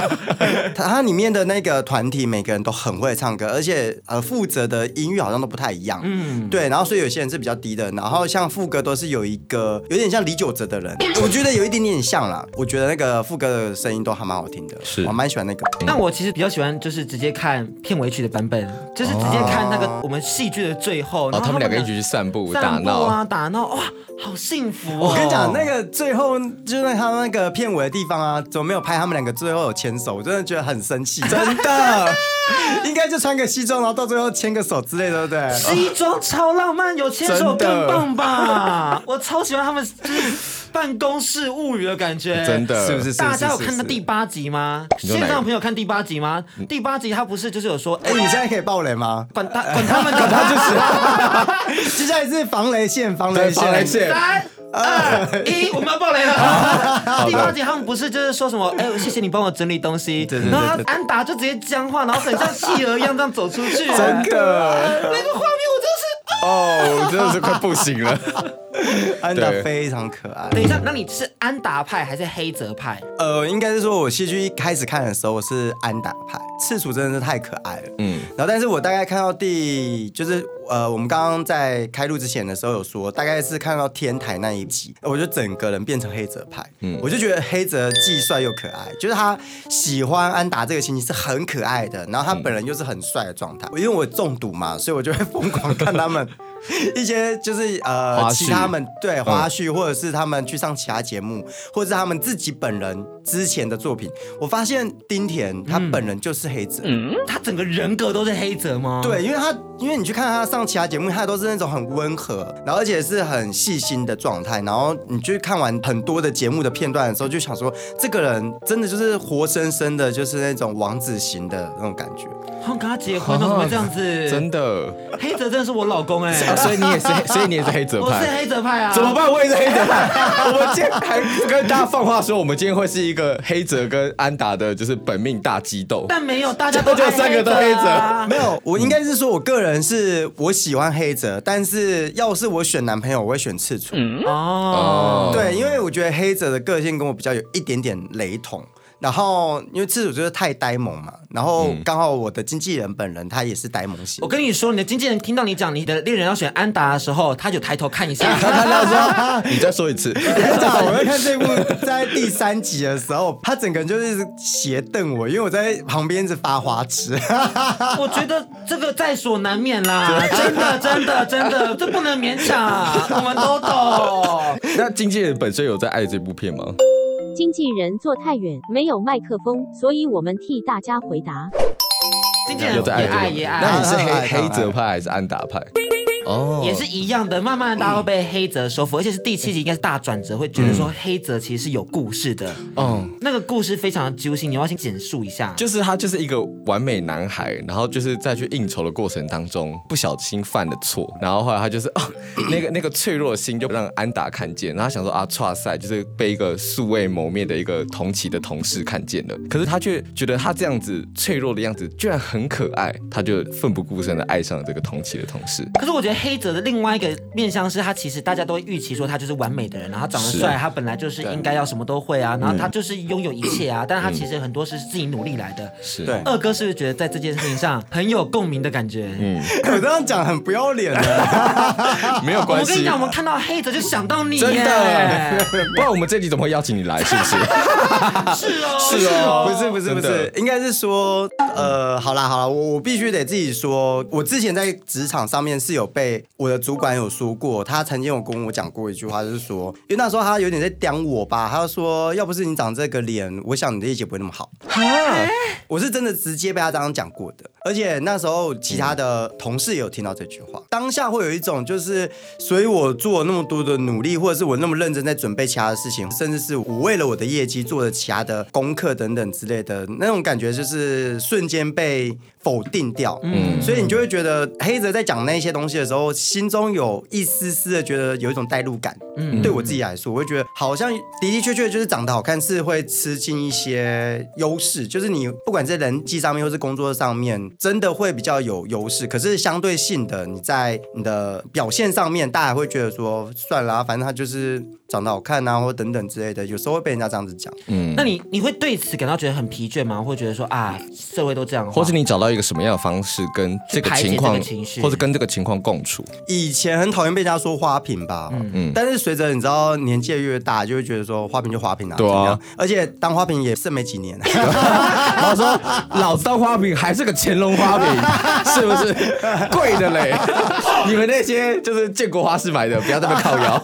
Speaker 3: 它它里面的那个团体每个人都很会唱歌，而且呃负责的音域好像都不太一样，嗯，对，然后所以有些人是比较低的，然后像副歌都是有一个有点像李玖哲的人，我觉得有一点点像啦，我觉得那个副歌的声音都还蛮好听的，
Speaker 2: 是
Speaker 3: 我蛮喜欢那个。
Speaker 6: 那我其实比较喜欢就是直接看片尾曲的版本，就是直接看那个我们戏剧的最后，
Speaker 2: 哦，
Speaker 6: 然后
Speaker 2: 他们两个一
Speaker 6: 俩
Speaker 2: 起去散步打
Speaker 6: 散步
Speaker 2: 闹，
Speaker 6: 啊，打闹，哇，好幸福哦！
Speaker 3: 我跟你讲，那个最后就是他那个片尾的地方啊，怎么没有拍他们两个最后有牵手？我真的觉得很生气，真的， 应该就穿个西装，然后到最后牵个手之类的，对不对？
Speaker 6: 西装超浪漫，有牵手
Speaker 2: 真的
Speaker 6: 更棒吧？我超喜欢他们就是办公室物语的感 觉，
Speaker 2: 真的
Speaker 3: 是不是
Speaker 6: 大家有看到第八集吗？
Speaker 2: 说
Speaker 6: 线
Speaker 2: 哪个
Speaker 6: 上的朋友看第八集吗？第八集他不是就是有说，哎、
Speaker 3: 哎、你现在可以爆雷吗？
Speaker 6: 管他管他们，管他就 是
Speaker 3: 接下来是防雷线，防雷线，
Speaker 2: 防雷线
Speaker 6: 三二一，我们要 爆雷了。第八集他们不是就是说什么？哎、谢谢你帮我整理东西。然后他安达就直接僵化，然后很像企鹅一样这样走出 去。
Speaker 2: 真的
Speaker 6: 那个画面我真的是。啊
Speaker 2: 哦，真的是快不行 了。
Speaker 3: 安达
Speaker 2: 对
Speaker 3: 非常可爱。
Speaker 6: 等一下，那你是安达派还是黑泽派？
Speaker 3: 呃，应该是说我戏剧一开始看的时候，我是安达派，赤楚真的是太可爱了。嗯，然后但是我大概看到第就是呃，我们刚刚在开录之前的时候有说，大概是看到天台那一集，我就整个人变成黑泽派。嗯，我就觉得黑泽既帅又可爱，就是他喜欢安达这个情形是很可爱的，然后他本人又是很帅的状态。因为我中毒嘛，所以我就会疯狂看他们 一些就是
Speaker 2: 花
Speaker 3: 呃
Speaker 2: 絮
Speaker 3: 其他们对花絮，或者是他们去上其他节目，或者是他们自己本人之前的作品。我发现丁田他本人就是黑泽，
Speaker 6: 他整个人格都是黑泽吗？，
Speaker 3: 对，因为他因为你去看他上其他节目，他都是那种很温和，然后而且是很细心的状态。然后你去看完很多的节目的片段的时候，就想说这个人真的就是活生生的，就是那种王子型的那种感觉。
Speaker 6: 他跟他结婚了，怎么会这样子？
Speaker 2: 啊真的，
Speaker 6: 黑泽真的是我老公哎、
Speaker 2: 啊所以你也是，所以你也是黑泽
Speaker 6: 我是
Speaker 2: 派。
Speaker 6: 黑泽派啊。
Speaker 2: 怎么？办？我也是黑泽派。我们今天还跟大家放话 说，我们今天会是一个黑泽跟安达的，就是本命大激斗。
Speaker 6: 但没有，大家都
Speaker 2: 就
Speaker 6: 爱
Speaker 2: 三个都
Speaker 6: 黑
Speaker 2: 黑泽
Speaker 6: 啊
Speaker 3: 没有，哦我应该是说，我个人是我喜欢黑泽，但是要是我选男朋友，我会选赤楚。
Speaker 6: 哦，
Speaker 3: 对，因为我觉得黑泽的个性跟我比较有一点点雷同。然后，因为赤楚就是太呆萌嘛，然后刚好我的经纪人本人他也是呆萌型
Speaker 6: 我，跟你说，你的经纪人听到你讲你的恋人要选安达的时候，他就抬头 看一下。
Speaker 2: 你再说一次，
Speaker 3: 我 跟你讲，我在看这部在第三集的时候，他整个人就是斜瞪我，因为我在旁边一直发花痴。
Speaker 6: 我觉得这个在所难免 啦，真的，真的，真的，这不能勉强，我们都懂。
Speaker 2: 那经纪人本身有在爱这部片吗？
Speaker 7: 经纪人坐太远，没有麦克风，所以我们替大家回答。
Speaker 6: 经纪人也
Speaker 2: 有在爱这
Speaker 6: 爱
Speaker 2: 部
Speaker 6: 啊也
Speaker 2: 那
Speaker 6: 爱
Speaker 2: 你，是
Speaker 3: 当然
Speaker 2: 黑
Speaker 3: 当
Speaker 2: 黑
Speaker 3: 然
Speaker 2: 泽派还是安达派？哦，
Speaker 6: 也是一样的。慢慢的，大家会被黑泽
Speaker 2: 嗯
Speaker 6: 收服，而且是第七集应该是大转折，会觉得说黑泽其实是有故事的。
Speaker 2: 嗯，
Speaker 6: 那个故事非常的揪心，你要不要先简述一下。
Speaker 2: 就是他就是一个完美男孩，然后就是在去应酬的过程当中不小心犯了错，然后后来他就是 哦，那个那个脆弱的心就让安达看见，然后他想说啊，哇塞，就是被一个素未谋面的一个同期的同事看见了，可是他却觉得他这样子脆弱的样子居然很可爱，他就奋不顾身的爱上了这个同期的同事。
Speaker 6: 可是我觉得黑泽的另外一个面向是他其实大家都会预期说他就是完美的人，然后他长得帅，他本来就是应该要什么都会啊，
Speaker 2: 嗯
Speaker 6: 然后他就是拥有一切啊，但是他其实很多是自己努力来的。
Speaker 2: 是
Speaker 3: 对
Speaker 6: 二哥是不是觉得在这件事情上很有共鸣的感觉？嗯，
Speaker 3: 我这样讲很不要脸啊的，
Speaker 2: 没有
Speaker 6: 哦我
Speaker 2: 关
Speaker 6: 们跟你
Speaker 2: 系
Speaker 6: 讲，。我们看到黑泽就想到你耶，
Speaker 2: 真的，不然我们这集怎么会邀请你来？是不 是？
Speaker 6: 啊是 哦，
Speaker 2: 是哦
Speaker 3: 不是不是不
Speaker 2: 真
Speaker 3: 是
Speaker 2: 的，
Speaker 3: 应该是说，呃，好啦好啦，我我必须得自己说，我之前在职场上面是有被我的主管有说过，他曾经有跟我讲过一句话，就是说，因为那时候他有点在刁我吧，他就说，要不是你长这个脸，我想你的业绩不会那么好。我是真的直接被他这样讲过的，而且那时候其他的同事也有听到这句话，当下会有一种就是，所以我做那么多的努力，或者是我那么认真在准备其他的事情，甚至是我为了我的业绩做了其他的功课等等之类的那种感觉，就是瞬间被否定掉，嗯，所以你就会觉得黑泽在讲那些东西的时候，心中有一丝丝的觉得有一种代入感，嗯，对我自己来说，我会觉得好像的的确确就是长得好看是会吃进一些优势，就是你不管在人际上面或是工作上面，真的会比较有优势，可是相对性的你在你的表现上面，大家会觉得说算了啊、反正他就是长得好看啊，或等等之类的，有时候会被人家这样子讲，
Speaker 6: 嗯那你你会对此感到觉得很疲倦吗？会觉得说啊，社会都这样的话，
Speaker 2: 或是你找到一个什么样的方式跟这个情况
Speaker 6: 去排解这个情绪，
Speaker 2: 或者跟这个情况共处？
Speaker 3: 以前很讨厌被人家说花瓶吧，嗯，但是随着你知道年纪越大，就会觉得说花瓶就花瓶啊，
Speaker 2: 对啊
Speaker 3: 怎么样，而且当花瓶也剩没几年，啊
Speaker 2: 我说老子当花瓶还是个乾隆花 瓶，是不是贵的嘞？ 你们那些就是建国花市买的，不要在那边靠腰。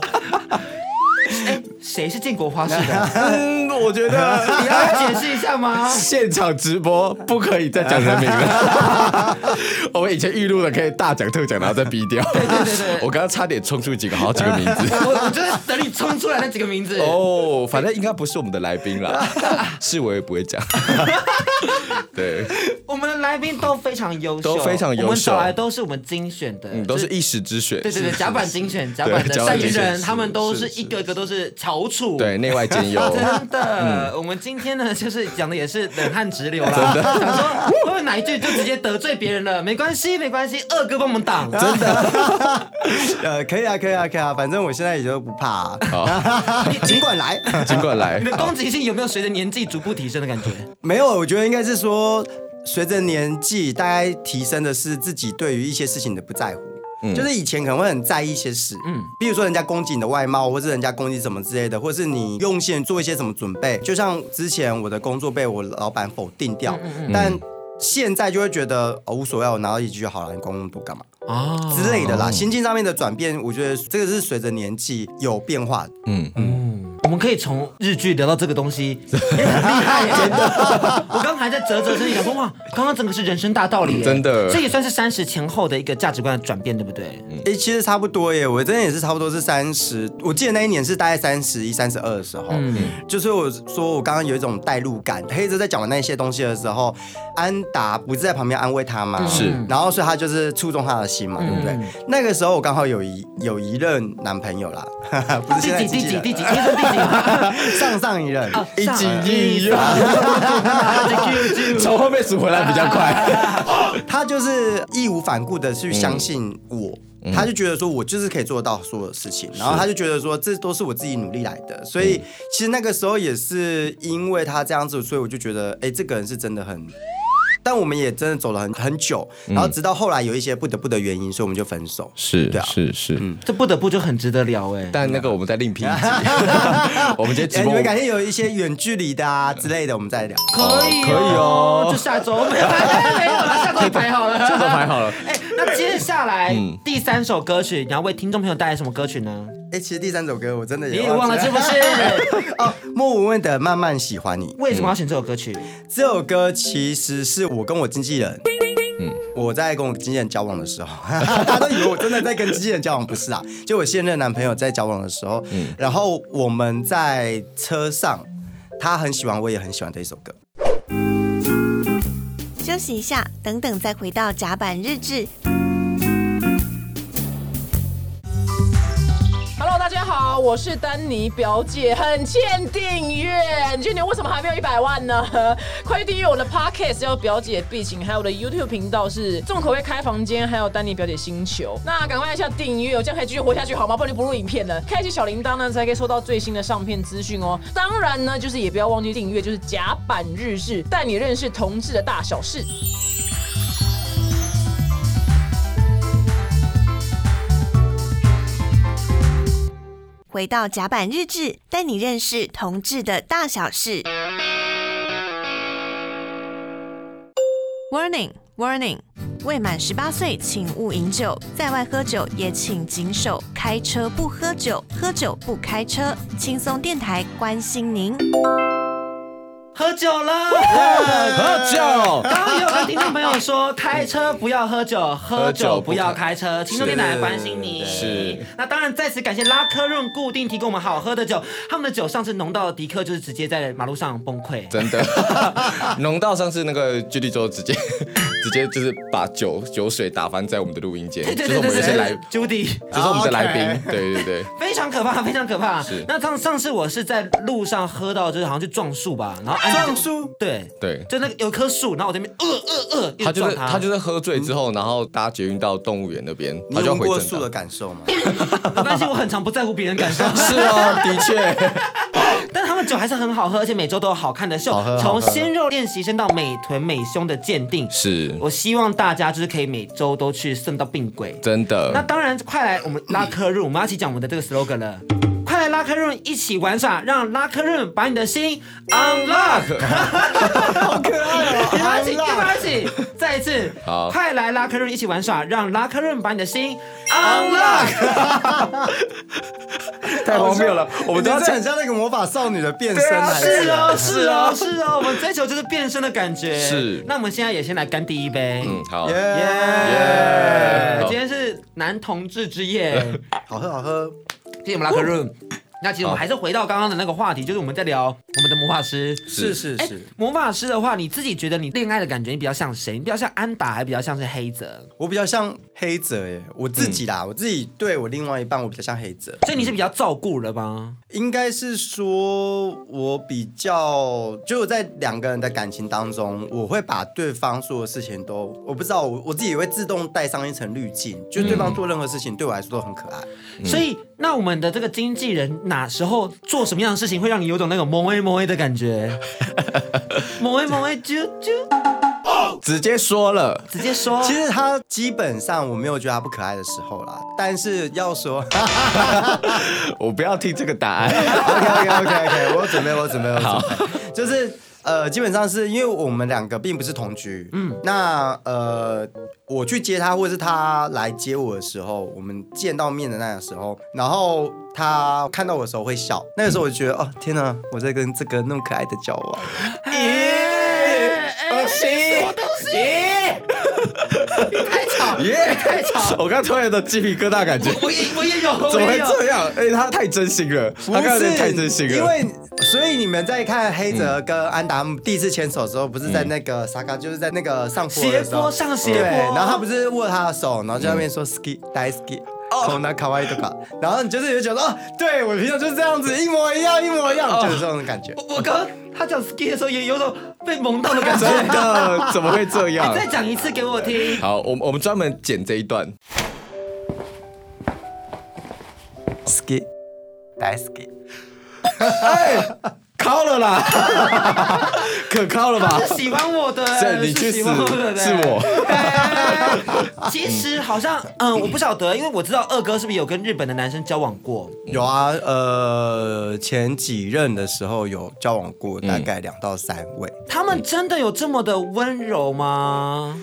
Speaker 6: 谁是建国花式 的？
Speaker 2: 嗯，我觉 得
Speaker 6: 你要解释一下吗？
Speaker 2: 现场直播不可以再讲人名 了。我们以前预录的可以大讲特讲，然后再逼掉。 对对对我刚刚差点冲出几个好几个名 字。
Speaker 6: 我我就是等你冲出来那几个名字。
Speaker 2: 哦，反正应该不是我们的来宾 啦，是我也不会 讲。对，
Speaker 6: 我们的来宾都非常优秀，
Speaker 2: 都非常优秀
Speaker 6: 我们找来都是我们精选的，
Speaker 2: 嗯，都是
Speaker 6: 就
Speaker 2: 一时之选。
Speaker 6: 对对 对，甲板精选，甲板的
Speaker 2: 甲板
Speaker 6: 善
Speaker 2: 精
Speaker 6: 于
Speaker 2: 选
Speaker 6: 人，
Speaker 2: 是
Speaker 6: 他们都是
Speaker 2: 是
Speaker 6: 一个一个都是翘楚。
Speaker 2: 对，内外兼
Speaker 6: 啊
Speaker 2: 优。
Speaker 6: 真的，我们今天呢，就是讲的也是冷汗直 流啦。想说会不会哪一句就直接得罪别人了？没关系，没关系，二哥帮我们挡。真的，
Speaker 3: 呃，可以啊，可以啊，可以啊，反正我现在也就不怕、啊， 尽管来。
Speaker 2: 尽管 来
Speaker 6: 你，的攻击性有没有随着年纪逐步提升的感觉？
Speaker 3: 没有，我觉得应该是说，随着年纪，大概提升的是自己对于一些事情的不在乎。就是以前可能会很在意一些事，嗯，比如说人家攻击你的外貌，或是人家攻击什么之类的，或是你用心做一些什么准备。就像之前我的工作被我老板否定掉，但现在就会觉得哦无所谓，我拿到一句就好了，你管那么多干嘛
Speaker 6: 哦，
Speaker 3: 之类的啦。心境上面的转变，我觉得这个是随着年纪有变化的。
Speaker 2: 嗯，
Speaker 6: 我们可以从日剧聊到这个东西，也很厉害耶！ 真的，我刚才在啧啧声想说，哇，刚刚整个是人生大道理耶，
Speaker 2: 真的
Speaker 6: 这也算是三十前后的一个价值观的转变，对不对？
Speaker 3: 诶、其实差不多耶，我真的也是差不多是三十，我记得那一年是大概三十一、三十二的时候，
Speaker 6: 嗯
Speaker 3: 就是我说我刚刚有一种代入感。黑泽在讲完那些东西的时候，安达不是在旁边安慰他
Speaker 6: 嗯
Speaker 3: 吗？
Speaker 2: 是
Speaker 3: 然后所以他就是触动他的心嘛，对不对？那个时候我刚好有一有一任男朋友啦， 不是现在
Speaker 6: 啊第
Speaker 3: 经
Speaker 6: 几第
Speaker 3: 纪
Speaker 6: 几哦
Speaker 3: 人
Speaker 6: 第几？啊你说第 几？
Speaker 3: 上上一任。
Speaker 2: 一
Speaker 6: 上
Speaker 2: 起一样， 从后面数回来比较快。
Speaker 3: 他就是义无反顾的去相信我。他就觉得说，我就是可以做到所有事情，然后他就觉得说，这都是我自己努力来的。所以其实那个时候也是因为他这样子，所以我就觉得，哎，这个人是真的很。但我们也真的走了很很久，然后直到后来有一些不得不的原因，所以我们就分手。
Speaker 2: 是
Speaker 3: 对啊
Speaker 2: 是是，
Speaker 6: 这不得不就很值得聊哎。
Speaker 2: 但那个我们再另辟一集。 我们今天直
Speaker 3: 哎，你
Speaker 2: 播
Speaker 3: 们改天有一些远距离的啊之类的，我们再聊。
Speaker 6: 可以、哦、可以哦，就下周 没有了，下周排好了，下周排好了。哎、那接下来、第三首歌曲，你要为听众朋友带来什么歌曲呢？
Speaker 3: 哎，其实第三首歌我真的
Speaker 6: 你
Speaker 3: 也
Speaker 6: 也忘了是不是？
Speaker 3: 哦，莫文蔚的《慢慢喜欢你》。
Speaker 6: 为什么要选这首歌曲？
Speaker 3: 这首歌其实是我跟我经纪人，
Speaker 2: 嗯
Speaker 3: 我在跟我经纪人交往的时候， 大家都以为我真的在跟经纪人交往，不是啊？就我现任男朋友在交往的时候，
Speaker 2: 嗯
Speaker 3: 然后我们在车上，他很喜欢，我也很喜欢这一首歌。
Speaker 8: 休息一下，等等再回到甲板日志。
Speaker 9: Hello，大家好，我是丹尼表姐，很欠订阅。你今年为什么还没有一百万呢？ 快去订阅我的 Podcast 叫表姐必请，还有我的 YouTube 频道是重口味开房间，还有丹尼表姐星球。那赶快按下订阅，我这样可以继续活下去好吗？不然就不录影片了。开启小铃铛呢，才可以收到最新的上片资讯哦。当然呢，就是也不要忘记订阅，就是甲板日志，带你认识同志的大小事。
Speaker 8: 回到甲板日志，带你认识同志的大小事。Warning, warning！未满十八岁，请勿饮酒；在外喝酒也请谨守，开车不喝酒，喝酒不开车。轻松电台关心您。
Speaker 6: 喝酒了。
Speaker 2: 喝酒。
Speaker 6: 刚刚有个听众朋友说，开车不要喝酒，喝酒不要开车。听众电台关心你。
Speaker 2: 是。
Speaker 6: 那当然，再次感谢拉科润固定提供我们好喝的酒。他们的酒上次浓到迪克就是直接在马路上崩溃。
Speaker 2: 真的，浓到上次那个距离之后直接 直接就是把酒酒水打翻在我们的录音间，
Speaker 6: 对
Speaker 2: 就是
Speaker 6: 对对
Speaker 2: 我们有
Speaker 6: 对啊哦
Speaker 2: 一些来，
Speaker 6: 对
Speaker 2: 就
Speaker 6: ，Judy。
Speaker 2: 是我们的来宾，对对对。
Speaker 6: 非常可怕，非常可怕
Speaker 2: 是。
Speaker 6: 那上上次我是在路上喝到，就是好像去撞树吧，然后安
Speaker 3: 撞树，
Speaker 6: 对
Speaker 2: 对
Speaker 6: 就那个有棵树，然后我这边呃呃呃，一
Speaker 2: 他
Speaker 6: 直
Speaker 2: 就
Speaker 6: 撞
Speaker 2: 是
Speaker 6: 它，
Speaker 2: 他就是喝醉之后，然后搭捷运到动物园那边，
Speaker 3: 你
Speaker 2: 他就
Speaker 3: 有
Speaker 2: 要
Speaker 3: 闻
Speaker 2: 回
Speaker 3: 过
Speaker 2: 正
Speaker 3: 树
Speaker 2: 道。
Speaker 3: 的感受吗？
Speaker 6: 没关系，我很常不在乎别人感受，
Speaker 2: 是哦，的确。
Speaker 6: 但他们酒还是很好喝，而且每周都有好看的秀
Speaker 3: 好喝，好
Speaker 6: 从
Speaker 3: 喝
Speaker 6: 鲜肉练习生到美臀美胸的鉴定。
Speaker 2: 是
Speaker 6: 我希望大家就是可以每周都去送到病鬼。
Speaker 2: 真
Speaker 6: 那
Speaker 2: 的。
Speaker 6: 当然，快来我们拉客润，我们要一起讲我们的这个 slogan 了。快来拉客润一起玩耍，让拉客润把你的心 unlock。好可爱哦！跟我一起，跟我一起，再一次，
Speaker 2: 好
Speaker 6: 快来拉客润一起玩耍，让拉客润把你的心 unlock。
Speaker 2: 太荒谬 了，我
Speaker 3: 我
Speaker 2: 们都要啊
Speaker 3: 这很像那个魔法少女的变身来着
Speaker 6: 是哦，是哦，是哦，我们追求就是变身的感觉。
Speaker 2: 是
Speaker 6: 那我们现在也先来干第一杯。
Speaker 2: 嗯，好，
Speaker 6: 耶
Speaker 2: 耶！
Speaker 6: 今天是男同志之夜，
Speaker 3: 好喝好喝，
Speaker 6: 谢谢我们拉克润。那其实我们还是回到刚刚的那个话题，就是我们在聊我们的魔法师。
Speaker 3: 是是
Speaker 6: 哎
Speaker 3: 是，，
Speaker 6: 魔法师的话，你自己觉得你恋爱的感觉，你比较像谁？你比较像安达，还比较像是黑泽？
Speaker 3: 我比较像黑泽耶，我自己
Speaker 2: 嗯
Speaker 3: 啦，我自己对我另外一半，我比较像黑泽，
Speaker 6: 所以你是比较照顾了吗？
Speaker 3: 应该是说我比较，就我在两个人的感情当中，我会把对方做的事情都，我不知道，我我自己也会自动带上一层滤镜，就对方做任何事情对我来说都很可爱。
Speaker 6: 所以，那我们的这个经纪人哪时候做什么样的事情，会让你有种那种萌哎萌哎的感 觉？萌哎萌哎，啾啾，
Speaker 2: 直接说了，
Speaker 6: 直接说。
Speaker 3: 其实他 基本上我没有觉得他不可爱的时候啦，但是要说
Speaker 2: 我不要听这个答 案。
Speaker 3: ，OK OK OK OK，我有准备，我有准备，我有准备，就是。呃，基本上是因为我们两个并不是同居，嗯，那呃，我去接他，或者是他来接我的时候，我们见到面的那个时候，然后他看到我的时候会笑，那个时候我就觉得，哦，天哪，我在跟这个那么可爱的交往，
Speaker 2: 不行，我东西，太吵，耶，太吵！我刚突然有鸡皮疙瘩感觉，
Speaker 6: 我也我也有，
Speaker 2: 怎么
Speaker 6: 我也
Speaker 2: 会
Speaker 6: 有。
Speaker 2: 这样？哎，他太真心了，他刚才太真心了，
Speaker 3: 因为所以你们在看黑泽跟安达第一次牵手的时候，不是在那个沙嘎，就是在那个上坡
Speaker 6: 斜
Speaker 3: 的时
Speaker 6: 坡
Speaker 3: 候，
Speaker 6: 上斜
Speaker 3: 对，
Speaker 6: 坡，
Speaker 3: 然后他不是握他的手，然后就在那边说 ski die ski。哦，那卡哇伊的吧，然后你就是有觉得哦，对我平常就是这样子，一模一样，一模一样，就是这种感觉。
Speaker 6: 我我刚刚他讲 ski 的时候，也有种被萌到的感 觉。
Speaker 2: 真 的怎么会这
Speaker 6: 你
Speaker 2: 样？
Speaker 6: 再讲一次给我听。
Speaker 2: 好，我们我们专门剪这一段。
Speaker 3: ski die ski，
Speaker 2: 靠了啦，可靠了吧？
Speaker 6: 是喜欢我 的，
Speaker 2: 这你去死，
Speaker 6: 是喜欢我的，
Speaker 2: 是我。
Speaker 6: 对。 其实好像，嗯，我不晓得，因为我知道二哥是不是有跟日本的男生交往过？
Speaker 3: 有啊，呃，前几任的时候有交往过大概两到三位，
Speaker 6: 他们真的有这么的温柔吗？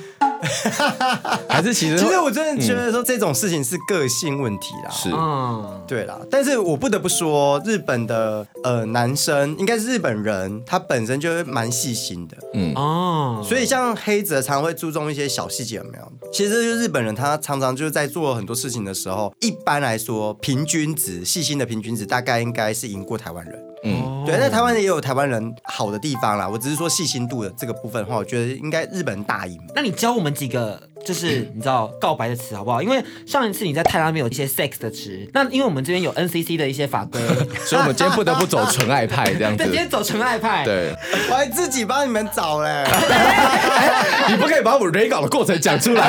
Speaker 2: 还是其实
Speaker 3: 其实我真的觉得说这种事情是个性问题啦，
Speaker 2: 是
Speaker 6: 嗯，
Speaker 3: 对啦，但是我不得不说，日本的呃男生应该是日本人，他本身就是蛮细心的，
Speaker 6: 哦，
Speaker 3: 所以像黑泽常会注重一些小细节，有没有？其实就是日本人他常常就是在做很多事情的时候，一般来说平均值细心的平均值大概应该是赢过台湾人。
Speaker 6: 哦
Speaker 3: 对，那台湾也有台湾人好的地方啦，我只是说细心度的这个部分的话，我觉得应该日本大赢。
Speaker 6: 那你教我们几个，就是你知道告白的词好不好？因为上一次你在泰拉那边有一些 sex 的词，那因为我们这边有 NCC 的一 些法规，
Speaker 2: 所以我们今天不得不走纯爱派这样子
Speaker 6: 但。今天走纯爱派，
Speaker 2: 对，
Speaker 3: 我还自己帮你们找嘞，
Speaker 2: 你不可以把我 re 搞的过程讲出 来，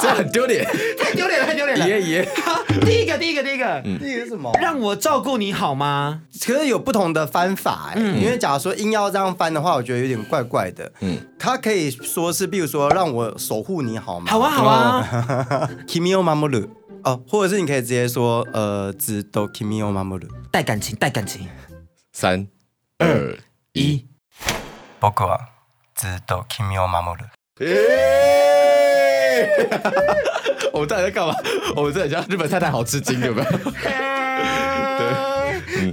Speaker 2: 这样很丢脸。
Speaker 6: 太丢脸了，太丢脸了。
Speaker 2: 爷爷，
Speaker 6: 好， 第一个，第一个，第一个，
Speaker 2: 嗯
Speaker 3: 那个什么
Speaker 6: 让我照顾你好吗？
Speaker 3: 可是有不同的翻法、欸，
Speaker 6: 嗯
Speaker 3: 因为假如说硬要这样翻的话，我觉得有点怪怪的。嗯，他可以说是，比如说让我守护你好吗？
Speaker 6: 好啊，好啊。
Speaker 3: ，Kimio Mamoru。哦，或者是你可以直接说，呃，只都 Kimio Mamoru。
Speaker 6: 带感情，带感情。
Speaker 2: 三二一，
Speaker 3: 僕はずっと君を守る。
Speaker 2: 耶！ 我们到底在干嘛？我们这很像日本太太，好吃惊，有没有？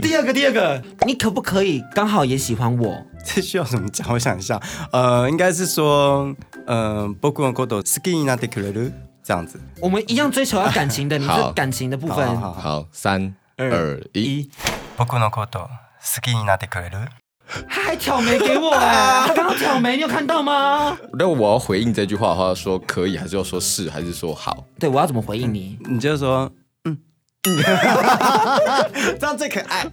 Speaker 6: 第二个，第二个，你可不可以刚好也喜欢我？
Speaker 3: 这需要怎么讲？我想一下，呃，应该是说，呃，僕のこと好きになってくれる这样子。
Speaker 6: 我们一样追求要感情的，你
Speaker 2: 好
Speaker 6: 是感情的部
Speaker 3: 好
Speaker 6: 分。
Speaker 3: 好好，
Speaker 2: 好，三二一，
Speaker 3: 僕のこと好きになってくれる。
Speaker 6: 他还挑眉给我哎、他刚刚挑眉，你有看到吗？
Speaker 2: 那我要回应这句话的话，说可以，还是要说是，还是说好？
Speaker 6: 对，我要怎么回应你？
Speaker 3: 你就说。 嗯，这样最可爱。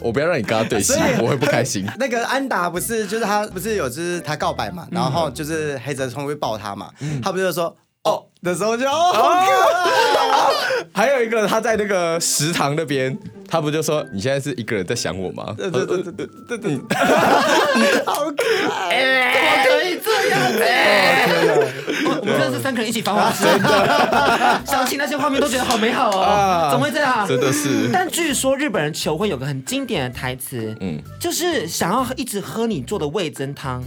Speaker 2: 我不要让你跟他对戏，我会不开心。
Speaker 3: 那个安达不是，就是他不是有，就是他告白嘛，然后就是黑泽聪会抱他嘛，他不是就说哦的时候就哦，好可爱
Speaker 2: 还有一个，他在那个食堂那边，他不就说你现在是一个人在想我 吗？
Speaker 3: 对对对对对对对，好可爱。
Speaker 6: 怎么哦可以这样子？我我们真的是三个人一起繁华时 光，想起那些画面都觉得好美好
Speaker 3: 啊
Speaker 6: 哦，怎么会这样？
Speaker 2: 真的是
Speaker 6: 但据说日本人求婚有个很经典的台词，嗯，就是想要一直喝你做的味噌汤。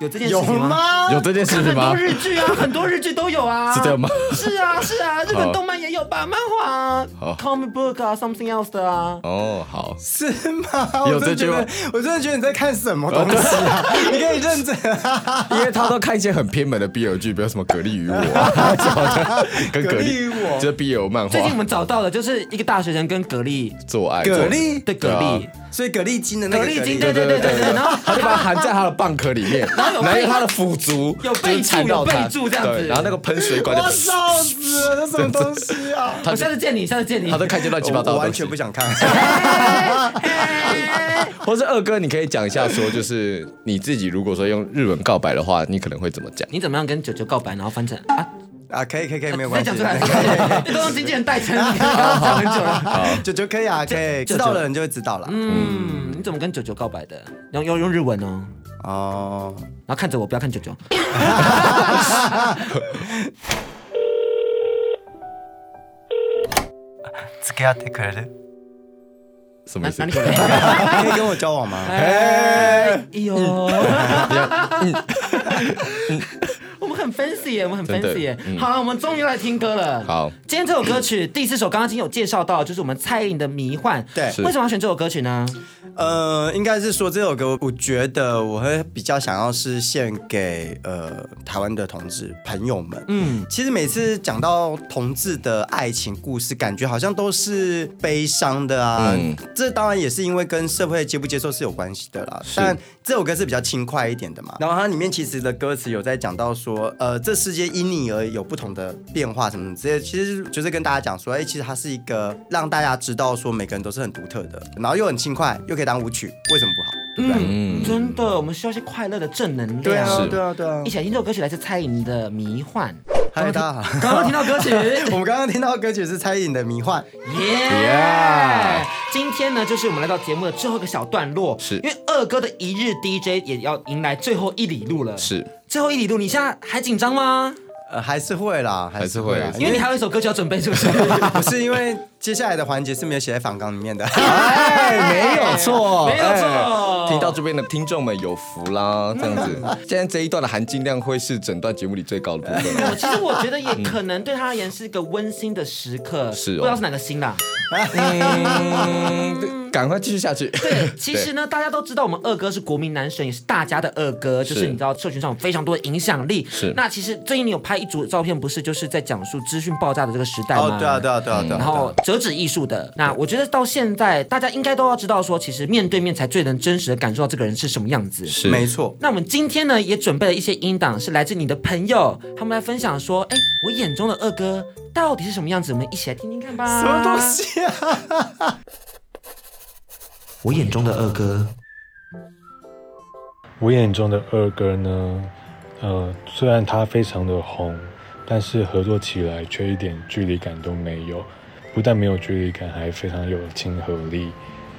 Speaker 6: 有这件事
Speaker 3: 有
Speaker 6: 情吗？
Speaker 3: 吗？
Speaker 2: 有这件事
Speaker 6: 看很
Speaker 2: 情吗
Speaker 6: 多？日剧啊，很多日剧都有 啊。
Speaker 2: 是这样吗？
Speaker 6: 是啊，是啊，日本动漫也有吧，漫画啊
Speaker 2: 好
Speaker 6: ，comic book 啊，something else 的啊。
Speaker 2: 哦，好，
Speaker 3: 是吗？
Speaker 2: 有
Speaker 3: 我真的觉得
Speaker 2: 这，
Speaker 3: 我真的觉得你在看什么东西啊？你可以认真啊，
Speaker 2: 因为他都看一些很偏门的 BL 剧，比如什么《蛤蜊与我》 啊，什么的，跟《蛤
Speaker 3: 蛤蜊
Speaker 2: 蜊
Speaker 3: 与我
Speaker 2: 就是 BL 漫
Speaker 6: 最近我
Speaker 2: 画
Speaker 6: 们找到了，就是一个大学生跟蛤蜊，
Speaker 2: 做爱，做
Speaker 3: 蛤蜊，
Speaker 6: 对蛤蜊，
Speaker 3: 所以蛤蜊精的那
Speaker 2: 啊
Speaker 6: 蛤
Speaker 3: 个
Speaker 6: 蜊精，
Speaker 3: 蛤
Speaker 6: 对对对对对，然后
Speaker 2: 他就把它含在他的蚌壳里面，然
Speaker 6: 后有备
Speaker 2: 后用他的腐竹
Speaker 6: 有
Speaker 2: 就
Speaker 6: 备注
Speaker 2: 是缠绕它
Speaker 6: 有备注这样子
Speaker 2: 对然后那个喷水管就
Speaker 3: 我，笑死了，这什么东西啊？
Speaker 6: 我下次见你，下次见你
Speaker 2: 他。都看见乱七八糟的
Speaker 3: 我完
Speaker 2: 东西
Speaker 3: 全不。想看。
Speaker 2: 或是二哥，你可以讲一下，说就是你自己如果说用日文告白的话，你可能会怎么讲？
Speaker 6: 你怎么样跟九九告白，然后翻成啊？
Speaker 3: 啊，可以可以可以，没有
Speaker 6: 再
Speaker 3: 关系
Speaker 6: 讲出，来， 你都用经纪人代称， 你刚刚讲很久了。
Speaker 3: 就就可以啊，可以，知道的人就会知道了。
Speaker 6: 嗯，你怎么跟九九告白的？用用用日文哦，
Speaker 3: 哦，
Speaker 6: 然后看着我，不要看九九。
Speaker 3: 付き合ってくれる？
Speaker 2: 什么意思
Speaker 6: 那那？你哎
Speaker 3: 可以跟我交往吗？
Speaker 6: 呦， 我们很 fancy 耶，我们很
Speaker 2: 真的
Speaker 6: fancy 耶。
Speaker 2: 嗯
Speaker 6: 好了，我们终于来听歌了。
Speaker 2: 好
Speaker 6: 今天这首歌曲第四首，刚刚已经有介绍到，就是我们蔡依林的《迷幻》。
Speaker 3: 对
Speaker 2: 是
Speaker 6: 为什么要选这首歌曲呢？
Speaker 3: 呃，应该是说这首歌，我觉得我会比较想要是献给呃台湾的同志朋友们。
Speaker 6: 嗯，
Speaker 3: 其实每次讲到同志的爱情故事，感觉好像都是悲伤的啊。
Speaker 2: 嗯
Speaker 3: 这当然也是因为跟社会接不接受是有关系的啦。但这首歌是比较轻快一点的嘛。然后它里面其实的歌词有在讲到说，呃，这世界因你而有不同的变化什么之类的，其实就是跟大家讲说，哎、其实它是一个让大家知道说每个人都是很独特的，然后又很轻快，又可以当舞曲，为什么不好？对不对？
Speaker 6: 嗯，真的，我们需要一些快乐的正能量。
Speaker 3: 对啊，
Speaker 2: 是
Speaker 3: 对啊，对啊
Speaker 6: 一！起来听这首歌曲，来自蔡依林的《迷幻》。
Speaker 3: 嗨，大家好。
Speaker 6: 刚刚听到歌曲，
Speaker 3: 我们刚刚听到的歌曲是蔡依林的《迷幻》，
Speaker 6: 耶！今天呢，就是我们来到节目的最后一个小段落，
Speaker 2: 是
Speaker 6: 因为二哥的一日 DJ 也要迎来最后一里路了。
Speaker 2: 是
Speaker 6: 最后一里路，你现在还紧张吗？
Speaker 3: 呃，还是会啦，还
Speaker 2: 是
Speaker 3: 是
Speaker 2: 会
Speaker 3: 会啦，
Speaker 6: 因为你还有一首歌曲要准备，是 不是？
Speaker 3: 不是因为接下来的环节是没有写在访纲里面 的，
Speaker 2: 哎，没有错，
Speaker 6: 没有错
Speaker 2: 哎听到这边的听众们有福啦，这样 子。现在这一段的含金量会是整段节目里最高的部 分
Speaker 6: 我
Speaker 2: 了。
Speaker 6: 其实我觉得也可能对他而言是一个温馨的时刻，
Speaker 2: 是哦
Speaker 6: 不知道是哪个心啦。
Speaker 2: 嗯，对赶快继续下去。对
Speaker 6: 其实呢，大家都知道我们二哥是国民男神，也是大家的二哥，就是
Speaker 2: 是
Speaker 6: 你知道社群上有非常多的影响力。
Speaker 2: 是
Speaker 6: 那其实最近你有拍一组照片，不是就是在讲述资讯爆炸的这个时代吗？
Speaker 3: 哦，对啊，对啊，对啊，对啊。
Speaker 6: 然后折纸艺术的。那我觉得到现在，大家应该都要知道说，其实面对面才最能真实的感受到这个人是什么样子。
Speaker 2: 是
Speaker 3: 对啊没错，
Speaker 6: 那我们今天呢，也准备了一些音档，是来自你的朋友，他们来分享说，哎，我眼中的二哥到底是什么样子？我们一起来听听看吧。
Speaker 3: 什么东？西啊？
Speaker 6: 我眼中的二哥，
Speaker 10: 我眼中的二哥呢，呃，虽然他非常的红，但是合作起来却一点距离感都没有。不但没有距离感，还非常有亲和力，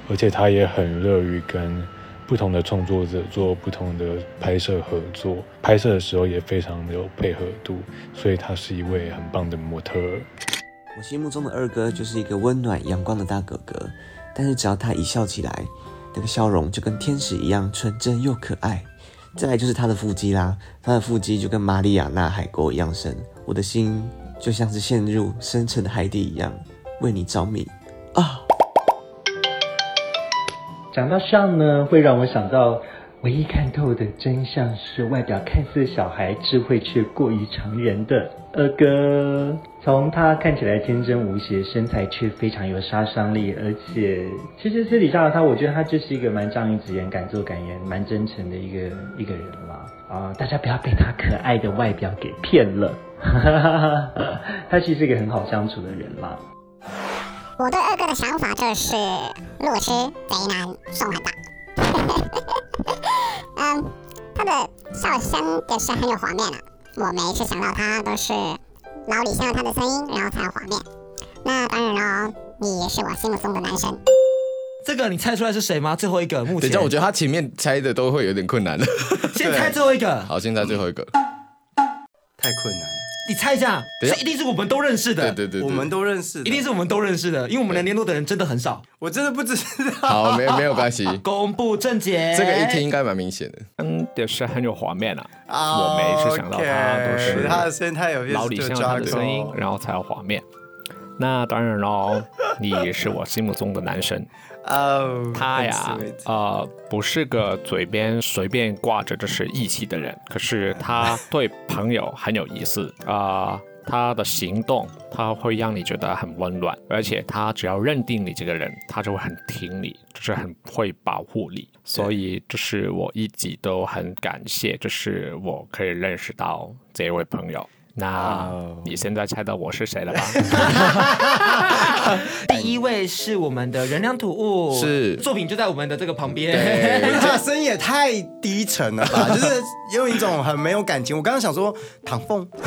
Speaker 10: 而且他也很乐于跟不同的创作者做不同的拍摄合作。拍摄的时候也非常有配合度，所以他是一位很棒的模特儿。
Speaker 11: 我心目中的二哥就是一个温暖阳光的大哥哥，但是只要他一笑起来，那个笑容就跟天使一样纯真又可爱。再来就是他的腹肌啦，他的腹肌就跟马里亚纳海沟一样深，我的心就像是陷入深沉的海底一样，为你着迷啊！
Speaker 12: 讲到上呢，会让我想到唯一看透的真相是，外表看似小孩，智慧却过于常人的二哥。从他看起来天真无邪，身材却非常有杀伤力，而且其实私底下的他，我觉得他就是一个蛮仗义执言、敢做敢言、蛮真诚的一个一个人啦。啊、大家不要被他可爱的外表给骗了，他其实是一个很好相处的人啦。
Speaker 13: 我对二哥的想法就是，路痴贼男送很大。嗯，他的笑声也是很有画面的、我每一次想到他都是老李想到他的声音，然后才有画面。那当然了哦，你也是我心目中的男神。
Speaker 6: 这个你猜出来是谁吗？最后一个，目
Speaker 2: 等
Speaker 6: 前
Speaker 2: 一下，我觉得他前面猜的都会有点困 难了。
Speaker 6: 先猜最后一个，
Speaker 2: 好，现在最后一个，
Speaker 3: 嗯太困难。
Speaker 6: 你猜一下，
Speaker 2: 等一
Speaker 6: 这
Speaker 2: 下
Speaker 6: 一定是我们都认识的，对
Speaker 2: 对
Speaker 3: 对我们都认识，
Speaker 6: 一定是我们都认识的，因为我们能联络的人真的很少。
Speaker 3: 我真的不知道。
Speaker 2: 好，没有没有 关系。
Speaker 6: 公布正解，
Speaker 2: 这个一听应该蛮明显的。
Speaker 14: 嗯，就是很有画面啊。
Speaker 3: 啊
Speaker 14: 我每一次想到他都是
Speaker 3: 哦 OK，他的声音太有意思
Speaker 14: 老李
Speaker 3: 就
Speaker 14: 先生他的
Speaker 3: Jago
Speaker 14: 声音，然后才有画面。那当然喽，你也是我心目中的男神。
Speaker 3: 哦，
Speaker 14: 他呀，呃，不是个嘴边随便挂着这是义气的人，可是他对朋友很有意思啊、呃他的行动，他会让你觉得很温暖，而且他只要认定你这个人，他就会很挺你，就是很会保护你。所以，这是我一 直都很感谢，这是我可以认识到这位朋友。那你现在猜到我是谁了吧？
Speaker 6: 第一位是我们的人梁土物，
Speaker 2: 是
Speaker 6: 作品就在我们的这个旁边。
Speaker 3: 对，他的声音也太低沉了 吧，就是有一种很没有感情。我刚刚想说唐凤，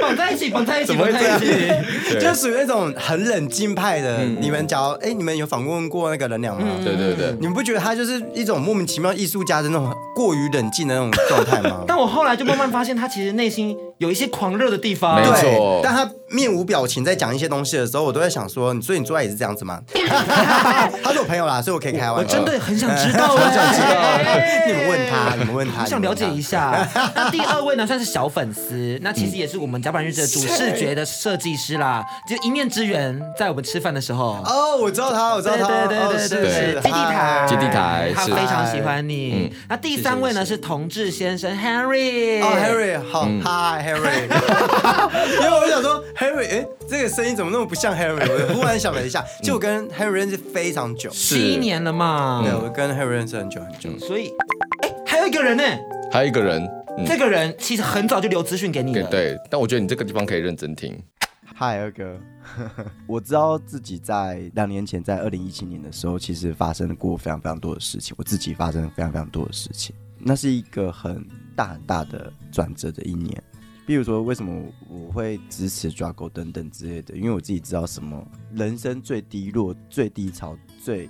Speaker 6: 绑在一起，绑在一起，
Speaker 3: 怎么会
Speaker 6: 绑
Speaker 3: 这
Speaker 6: 在一
Speaker 3: 样
Speaker 6: 起，？？
Speaker 3: 就属于那种很冷静派的。你们假如哎，你们有访问过那个人两吗？
Speaker 2: 对对对
Speaker 3: 你们不觉得他就是一种莫名其妙艺术家的那种过于冷静的那种状态吗
Speaker 6: 但我后来就慢慢发现，他其实内心有一些狂热的地方。
Speaker 3: 对但他面无表情在讲一些东西的时候，我都在想说，你所以你坐在也是这样子吗？他是我朋友啦，所以我可以开玩笑。
Speaker 6: 我真的很想知道哎
Speaker 3: 很想知道。你们问他，你们问他，
Speaker 6: 我想
Speaker 3: 你们
Speaker 6: 了
Speaker 3: 问
Speaker 6: 解
Speaker 3: 他
Speaker 6: 一下。那第二位呢，算是小粉丝，那
Speaker 3: 嗯
Speaker 6: 其实也是我们甲板日志的主视觉的设计师啦，就一面之缘，在我们吃饭的时候。
Speaker 3: 哦，我知道他，我知道他，
Speaker 6: 对对
Speaker 3: 哦
Speaker 6: 对
Speaker 3: 是
Speaker 6: 对对，
Speaker 3: 是啊
Speaker 6: 基地台，
Speaker 2: 基地台
Speaker 6: 他
Speaker 2: 是
Speaker 6: 非常喜欢你
Speaker 2: 嗯。
Speaker 6: 那第三位呢是同志先生 Henry，
Speaker 3: 哦，Harry，好，嗨，Harry，因为我想说 Harry，哎，这个声音怎么那么不像 Harry？我忽然想了一下，就我跟 Harry 认识非常久，
Speaker 6: 七年了嘛，
Speaker 2: 嗯
Speaker 3: 对，我跟 Harry 认识很久很久，
Speaker 6: 所以哎还有一个人呢，
Speaker 2: 还有一个人，嗯
Speaker 6: 这个人其实很早就留资讯给你
Speaker 2: 对
Speaker 6: 了。
Speaker 2: 对，但我觉得你这个地方可以认真听。
Speaker 15: 嗨，二哥， 我知道自己在两年前，在二零一七年的时候，其实发生过非常非常多的事情，我自己发生了非常非常多的事情，那是一个很大很大的转折的一年。比如说，为什么我会支持抓狗等等之类的，因为我自己知道什么人生最低落、最低潮、最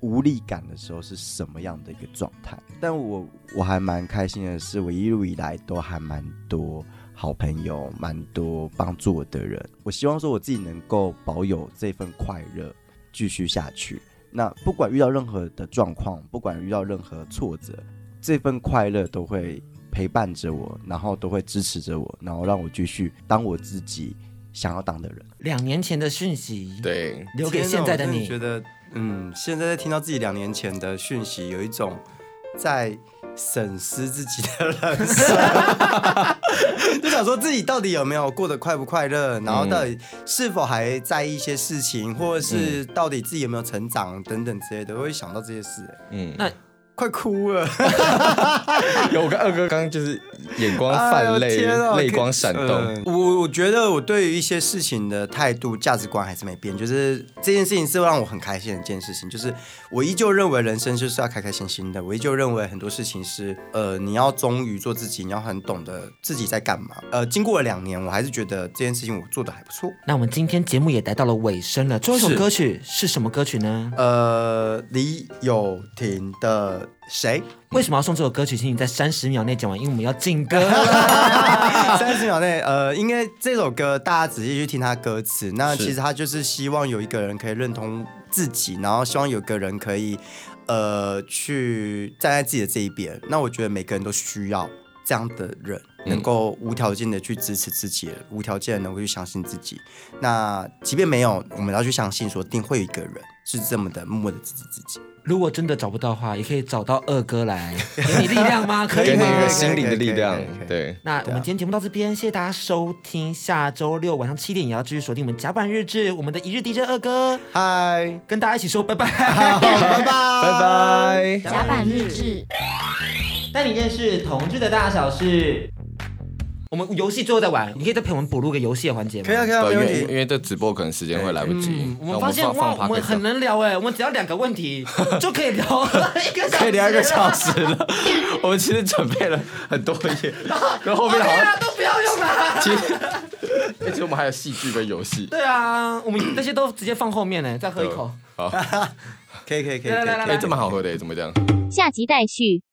Speaker 15: 无力感的时候是什么样的一个状态。但我我还蛮开心的是，我一路以来都还蛮多好朋友，蛮多帮助我的人。我希望说我自己能够保有这份快乐，继续下去。那不管遇到任何的状况，不管遇到任何挫折，这份快乐都会陪伴着我，然后都会支持着我，然后让我继续当我自己想要当的人。
Speaker 6: 两年前的讯息，
Speaker 2: 对，
Speaker 6: 留给现在的你。
Speaker 3: 觉得，嗯，现在在听到自己两年前的讯息，有一种在审视自己的人生， 就想说自己到底有没有过得快不快乐，然后
Speaker 6: 嗯
Speaker 3: 到底是否还在意一些事情，或者
Speaker 6: 嗯
Speaker 3: 是到底自己有没有成长等等之类的，我会想到这些事。欸
Speaker 2: 嗯，
Speaker 6: 那
Speaker 3: 快哭了，
Speaker 2: 有我跟二哥刚刚就是眼光泛
Speaker 3: 哎呦
Speaker 2: 泪，
Speaker 3: 天啊
Speaker 2: 泪光闪动
Speaker 3: 嗯。我我觉得我对于一些事情的态度、价值观还是没变，就是这件事情是让我很开心的一件事情，就是我依旧认为人生就是要开开心心的，我依旧认为很多事情是呃你要忠于做自己，你要很懂得自己在干嘛。呃，经过了两年，我还是觉得这件事情我做的还不错。
Speaker 6: 那我们今天节目也来到了尾声了，最后一首
Speaker 3: 是
Speaker 6: 歌曲是什么歌曲呢？
Speaker 3: 呃，李友廷的谁？
Speaker 6: 为什么要送这首歌曲？请你在三十秒内讲完，因为我们要进 歌。
Speaker 3: 三十秒内，呃，因为这首歌大家仔细去听它歌词，那
Speaker 6: 是
Speaker 3: 其实他就是希望有一个人可以认同自己，然后希望有个人可以，呃，去站在自己的这一边。那我觉得每个人都需要这样的人，能够无条件的去支持自己，无条件地能够去相信自己。那即便没有，我们要去相信，说一定会有一个人是这么的默默的支持自己。
Speaker 6: 如果真的找不到的话，也可以找到二哥 来给你力量吗？可以
Speaker 2: 给
Speaker 6: 吗
Speaker 2: 你一？个心灵的力量。对，
Speaker 6: 那我们今天节目到这边，谢谢大家收听。下周六晚上七点也要继续锁定我们甲板日志，我们的一日 DJ 二哥，
Speaker 3: 嗨，
Speaker 6: 跟大家一起说拜拜，
Speaker 3: 拜拜，
Speaker 2: 拜拜，
Speaker 6: 甲板日志， 带你认识同志的大小事。我们游戏最后再玩，你可以再陪我们补录个游戏的环节吗？
Speaker 2: 对因为因为这直播可能时间会来不及
Speaker 6: 嗯，我
Speaker 2: 那
Speaker 6: 们发现
Speaker 2: 放
Speaker 6: 哇
Speaker 2: 放，
Speaker 6: 我们
Speaker 2: podcast
Speaker 6: 很能聊哎，我们只要两个 问题就可以聊 一个小时，
Speaker 2: 可以聊一 个小时了。我们其实准备了很多 页，然后后面好
Speaker 6: 对啊
Speaker 2: 像
Speaker 6: 都不要用了。
Speaker 2: 其实，而且我们还有戏剧跟游戏。
Speaker 6: 对啊，我们那些都直接放后面欸呢，再喝一口。
Speaker 2: 好，
Speaker 3: 可以可以可
Speaker 2: 以，
Speaker 6: 来来来来
Speaker 2: 哎，这蛮好喝的，怎么这样？
Speaker 7: 下集待续。